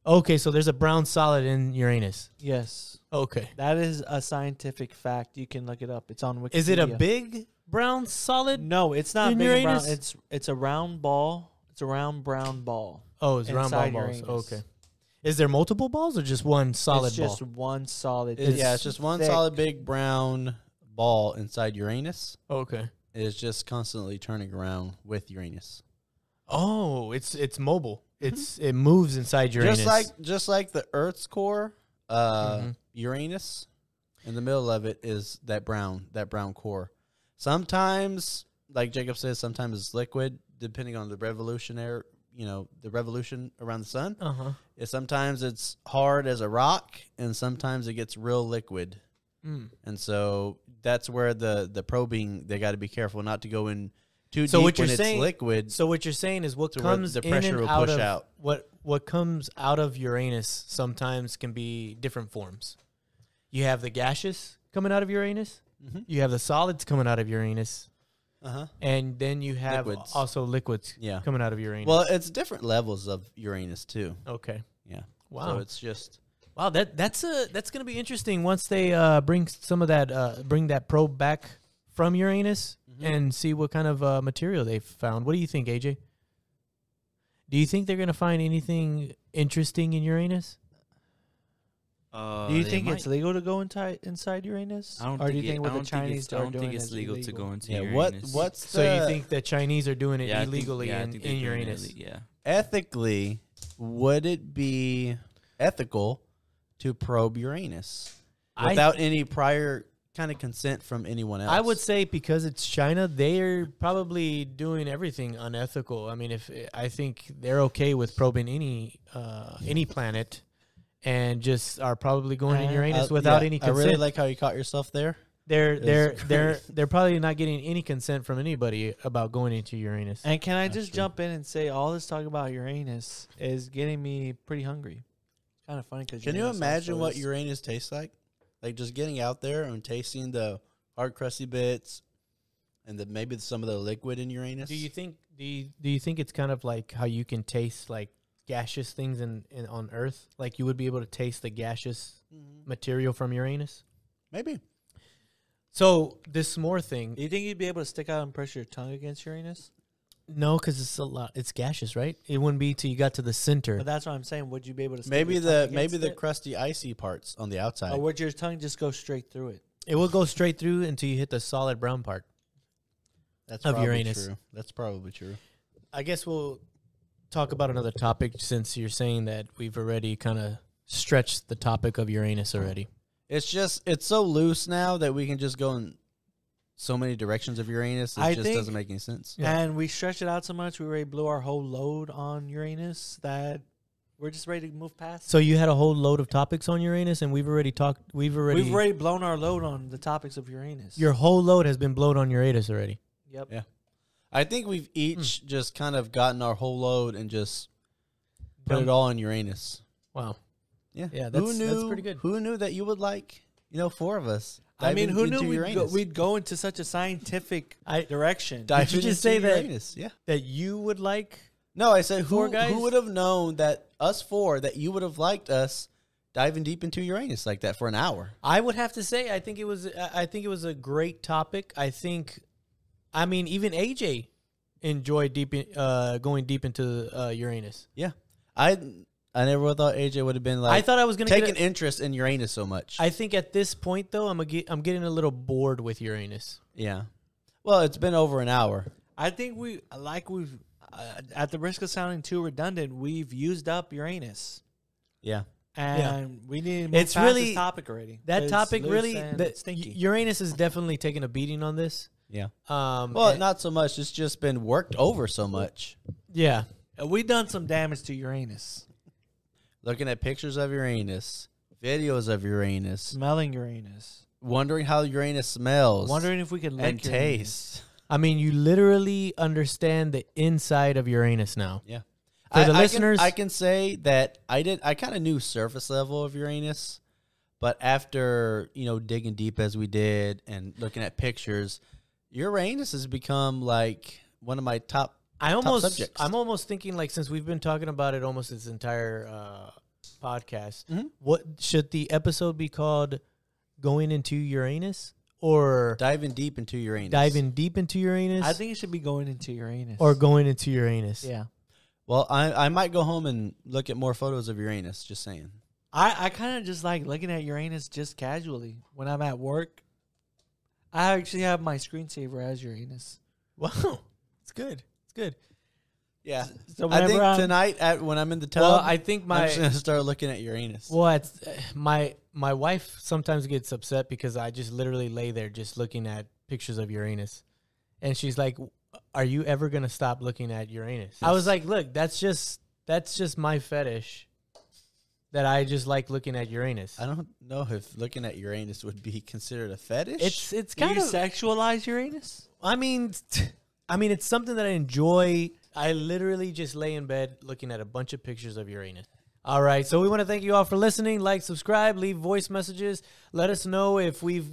[SPEAKER 4] Okay, so there's a brown solid in Uranus.
[SPEAKER 5] Yes.
[SPEAKER 4] Okay.
[SPEAKER 5] That is a scientific fact. You can look it up. It's on Wikipedia.
[SPEAKER 4] Is it a big brown solid?
[SPEAKER 5] No, it's not
[SPEAKER 4] in
[SPEAKER 5] big. And brown.
[SPEAKER 4] Uranus?
[SPEAKER 5] It's it's a round ball. It's a round brown ball.
[SPEAKER 4] Oh, it's round ball
[SPEAKER 5] Inside
[SPEAKER 4] balls.
[SPEAKER 5] Uranus.
[SPEAKER 4] Okay. Is there multiple balls or just one solid
[SPEAKER 5] it's just
[SPEAKER 4] ball?
[SPEAKER 5] one solid.
[SPEAKER 3] It's, yeah, it's just one
[SPEAKER 5] thick.
[SPEAKER 3] solid big brown ball inside Uranus.
[SPEAKER 4] Okay.
[SPEAKER 3] It is just constantly turning around with Uranus.
[SPEAKER 4] Oh, it's it's mobile. It's it moves inside Uranus.
[SPEAKER 3] Mm-hmm. Just like just like the Earth's core, uh,
[SPEAKER 4] Mhm.
[SPEAKER 3] Uranus, in the middle of it is that brown that brown core. Sometimes, like Jacob says, sometimes it's liquid, depending on the revolutionary, you know, the revolution around the sun.
[SPEAKER 4] uh huh.
[SPEAKER 3] It- sometimes it's hard as a rock, and sometimes it gets real liquid. And so that's where the the probing they got to be careful not to go in too
[SPEAKER 4] So
[SPEAKER 3] deep
[SPEAKER 4] what you're
[SPEAKER 3] when
[SPEAKER 4] saying-
[SPEAKER 3] it's liquid.
[SPEAKER 4] So what you're saying is what
[SPEAKER 3] So where
[SPEAKER 4] comes
[SPEAKER 3] the
[SPEAKER 4] in
[SPEAKER 3] pressure
[SPEAKER 4] and
[SPEAKER 3] will
[SPEAKER 4] out
[SPEAKER 3] push
[SPEAKER 4] of
[SPEAKER 3] out.
[SPEAKER 4] what what comes out of Uranus sometimes can be different forms. You have the gaseous coming out of Uranus.
[SPEAKER 3] Mhm.
[SPEAKER 4] You have the solids coming out of Uranus,
[SPEAKER 3] Uh
[SPEAKER 4] Uh-huh.
[SPEAKER 3] huh.
[SPEAKER 4] and then you have
[SPEAKER 3] Liquids.
[SPEAKER 4] also liquids
[SPEAKER 3] Yeah.
[SPEAKER 4] coming out of Uranus.
[SPEAKER 3] Well, it's different levels of Uranus too.
[SPEAKER 4] okay.
[SPEAKER 3] Yeah.
[SPEAKER 4] Wow.
[SPEAKER 3] So it's just
[SPEAKER 4] Wow, that that's a that's gonna be interesting once they uh, bring some of that uh, bring that probe back from Uranus
[SPEAKER 6] Mm-hmm.
[SPEAKER 4] Mm-hmm. and see what kind of uh, material they found. What do you think, AJ? Do you think they're gonna find anything interesting in Uranus?
[SPEAKER 6] Uh,
[SPEAKER 5] Do you
[SPEAKER 6] they
[SPEAKER 5] think
[SPEAKER 6] might-
[SPEAKER 5] it's legal to go inside inside Uranus?
[SPEAKER 6] I don't
[SPEAKER 5] or
[SPEAKER 6] think
[SPEAKER 5] do you
[SPEAKER 6] it-
[SPEAKER 5] think
[SPEAKER 6] I
[SPEAKER 5] what the
[SPEAKER 6] don't think it's-
[SPEAKER 5] Chinese
[SPEAKER 6] I
[SPEAKER 5] are
[SPEAKER 6] don't
[SPEAKER 5] doing
[SPEAKER 6] think it's
[SPEAKER 5] is
[SPEAKER 6] legal to
[SPEAKER 5] illegal?
[SPEAKER 6] go into
[SPEAKER 3] yeah. What
[SPEAKER 6] Uranus.
[SPEAKER 3] what's
[SPEAKER 4] So you
[SPEAKER 3] the-
[SPEAKER 4] think the Chinese are doing it
[SPEAKER 6] uh, Yeah, I think-
[SPEAKER 4] illegally
[SPEAKER 6] yeah, I
[SPEAKER 4] in,
[SPEAKER 6] think they're
[SPEAKER 4] in
[SPEAKER 6] doing it
[SPEAKER 4] Uranus?
[SPEAKER 6] ille- Yeah.
[SPEAKER 3] ethically would it be ethical to probe Uranus
[SPEAKER 4] I-
[SPEAKER 3] without any prior kind of consent from anyone else?
[SPEAKER 4] I would say because it's China, they're probably doing everything unethical. I mean, if I think they're okay with probing any uh, any planet, and just are probably going in
[SPEAKER 5] Uh,
[SPEAKER 4] Uranus
[SPEAKER 3] Uh,
[SPEAKER 4] without
[SPEAKER 3] yeah,
[SPEAKER 4] any
[SPEAKER 3] I
[SPEAKER 4] consent.
[SPEAKER 3] really like how you caught yourself there.
[SPEAKER 4] they're
[SPEAKER 3] It's
[SPEAKER 4] they're
[SPEAKER 3] crazy.
[SPEAKER 4] they're they're probably not getting any consent from anybody about going into Uranus.
[SPEAKER 5] And can I just jump in and say all this talk about Uranus is getting me pretty hungry? Kind of funny because
[SPEAKER 3] Can you imagine what Uranus tastes like? Like just getting out there and tasting the hard crusty bits and the, maybe some of the liquid in Uranus.
[SPEAKER 4] do you think do you, do you think it's kind of like how you can taste like gaseous things in, in on Earth? Like you would be able to taste the gaseous
[SPEAKER 3] Mm-hmm.
[SPEAKER 4] material from Uranus.
[SPEAKER 3] maybe.
[SPEAKER 4] So this s'more thing,
[SPEAKER 5] Do you think you'd be able to stick out and press your tongue against Uranus?
[SPEAKER 4] No, because it's a lot. It's gaseous, right? It wouldn't be till you got to the center.
[SPEAKER 5] But that's what I'm saying. Would you be able to? stick
[SPEAKER 3] Maybe
[SPEAKER 5] your
[SPEAKER 3] the
[SPEAKER 5] tongue
[SPEAKER 3] maybe
[SPEAKER 5] against
[SPEAKER 3] the
[SPEAKER 5] it?
[SPEAKER 3] crusty icy parts on the outside.
[SPEAKER 5] Or would your tongue just go straight through it?
[SPEAKER 4] It will go straight through until you hit the solid brown part.
[SPEAKER 3] That's
[SPEAKER 4] Of
[SPEAKER 3] probably
[SPEAKER 4] Uranus.
[SPEAKER 3] True. That's probably true.
[SPEAKER 4] I guess we'll talk about another topic since you're saying that we've already kind of stretched the topic of Uranus already.
[SPEAKER 3] It's just it's so loose now that we can just go in so many directions of Uranus. It
[SPEAKER 5] I
[SPEAKER 3] just
[SPEAKER 5] think-
[SPEAKER 3] doesn't make any sense.
[SPEAKER 4] Yeah.
[SPEAKER 5] And we stretched it out so much, we already blew our whole load on Uranus that we're just ready to move past.
[SPEAKER 4] So you had a whole load of topics on Uranus, and we've already talked. We've already.
[SPEAKER 5] We've already blown our load on the topics of Uranus.
[SPEAKER 4] your whole load has been blown on Uranus already.
[SPEAKER 5] yep.
[SPEAKER 3] Yeah. I think we've each just kind of gotten our whole load and just put
[SPEAKER 4] Dump-
[SPEAKER 3] it all in Uranus.
[SPEAKER 4] Wow.
[SPEAKER 3] Yeah,
[SPEAKER 4] Yeah, that's- that's pretty good.
[SPEAKER 3] Who knew that you would like you know four of us?
[SPEAKER 5] I mean,
[SPEAKER 3] diving
[SPEAKER 5] who
[SPEAKER 3] into
[SPEAKER 5] knew we'd go,
[SPEAKER 3] Uranus.
[SPEAKER 5] we'd go into such a scientific
[SPEAKER 4] I-
[SPEAKER 5] direction?
[SPEAKER 3] Diving
[SPEAKER 4] just
[SPEAKER 3] into
[SPEAKER 4] say that-
[SPEAKER 3] Uranus, Yeah.
[SPEAKER 4] That you would like.
[SPEAKER 3] No, I said
[SPEAKER 4] Four
[SPEAKER 3] who
[SPEAKER 4] guys?
[SPEAKER 3] who would have known that us four that you would have liked us diving deep into Uranus like that for an hour.
[SPEAKER 4] I would have to say I think it was I- I think it was a great topic. I think, I mean, even AJ enjoyed deep in, uh, going deep into uh, Uranus.
[SPEAKER 3] Yeah. I I never would've thought AJ would have been like
[SPEAKER 4] I thought I was gonna
[SPEAKER 3] take
[SPEAKER 4] get
[SPEAKER 3] an interest in Uranus so much.
[SPEAKER 4] I think at this point though, I'm a get, I'm getting a little bored with Uranus.
[SPEAKER 3] yeah. Well, it's been over an hour.
[SPEAKER 5] I think we, like we've, uh, at the risk of sounding too redundant, we've used up Uranus,
[SPEAKER 3] Yeah.
[SPEAKER 5] and we need to move
[SPEAKER 4] It's
[SPEAKER 5] it's past
[SPEAKER 4] really-
[SPEAKER 5] this topic already.
[SPEAKER 4] That
[SPEAKER 5] It's
[SPEAKER 4] topic
[SPEAKER 5] loose
[SPEAKER 4] really,
[SPEAKER 5] and
[SPEAKER 4] that,
[SPEAKER 5] it's stinky.
[SPEAKER 4] Uranus is definitely taking a beating on this.
[SPEAKER 3] Yeah.
[SPEAKER 4] Um,
[SPEAKER 3] Well,
[SPEAKER 4] and-
[SPEAKER 3] not so much. It's just been worked over so much.
[SPEAKER 4] yeah,
[SPEAKER 5] Uh, we done some damage to Uranus,
[SPEAKER 3] Looking at pictures of Uranus, videos of Uranus,
[SPEAKER 5] smelling Uranus,
[SPEAKER 3] wondering how Uranus smells
[SPEAKER 5] wondering if we could lick
[SPEAKER 3] and
[SPEAKER 5] Uranus.
[SPEAKER 3] tastes.
[SPEAKER 4] I mean, you literally understand the inside of Uranus now.
[SPEAKER 3] Yeah.
[SPEAKER 4] For the
[SPEAKER 3] I,
[SPEAKER 4] listeners-
[SPEAKER 3] I can, I can say that I did. I kind of knew surface level of Uranus, but after you know digging deep as we did and looking at pictures, Uranus has become like one of my top.
[SPEAKER 4] I almost,
[SPEAKER 3] subjects.
[SPEAKER 4] I'm almost thinking like since we've been talking about it almost this entire uh, podcast, what should the episode be called? Going into Uranus or
[SPEAKER 3] Diving deep into Uranus.
[SPEAKER 4] diving deep into Uranus?
[SPEAKER 5] I think it should be going into Uranus.
[SPEAKER 4] or going into Uranus.
[SPEAKER 5] yeah,
[SPEAKER 3] Well, I I might go home and look at more photos of Uranus. Just saying.
[SPEAKER 5] I I kind of just like looking at Uranus just casually when I'm at work. I actually have my screensaver as Uranus.
[SPEAKER 4] Wow, it's good. It's good.
[SPEAKER 3] Yeah.
[SPEAKER 5] So
[SPEAKER 3] I think
[SPEAKER 5] whenever I'm-
[SPEAKER 3] tonight at when I'm in the tub,
[SPEAKER 4] Well, I think
[SPEAKER 3] I'm
[SPEAKER 4] my
[SPEAKER 3] just gonna start looking at Uranus.
[SPEAKER 4] well, it's, uh, my my wife sometimes gets upset because I just literally lay there just looking at pictures of Uranus, and she's like, "Are you ever gonna stop looking at Uranus?" I was like, "Look, that's just that's just my fetish, that I just like looking at Uranus.
[SPEAKER 3] I don't know if looking at Uranus would be considered a fetish.
[SPEAKER 4] It's it's
[SPEAKER 5] Do
[SPEAKER 4] kind
[SPEAKER 5] you
[SPEAKER 4] of
[SPEAKER 5] sexualize Uranus?
[SPEAKER 4] I mean, t- I mean, it's something that I enjoy. I literally just lay in bed looking at a bunch of pictures of Uranus. All right, so we want to thank you all for listening. Like, subscribe, leave voice messages. Let us know if we've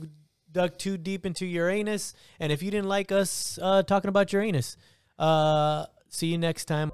[SPEAKER 4] dug too deep into Uranus, and if you didn't like us uh, talking about Uranus. Uh, see you next time.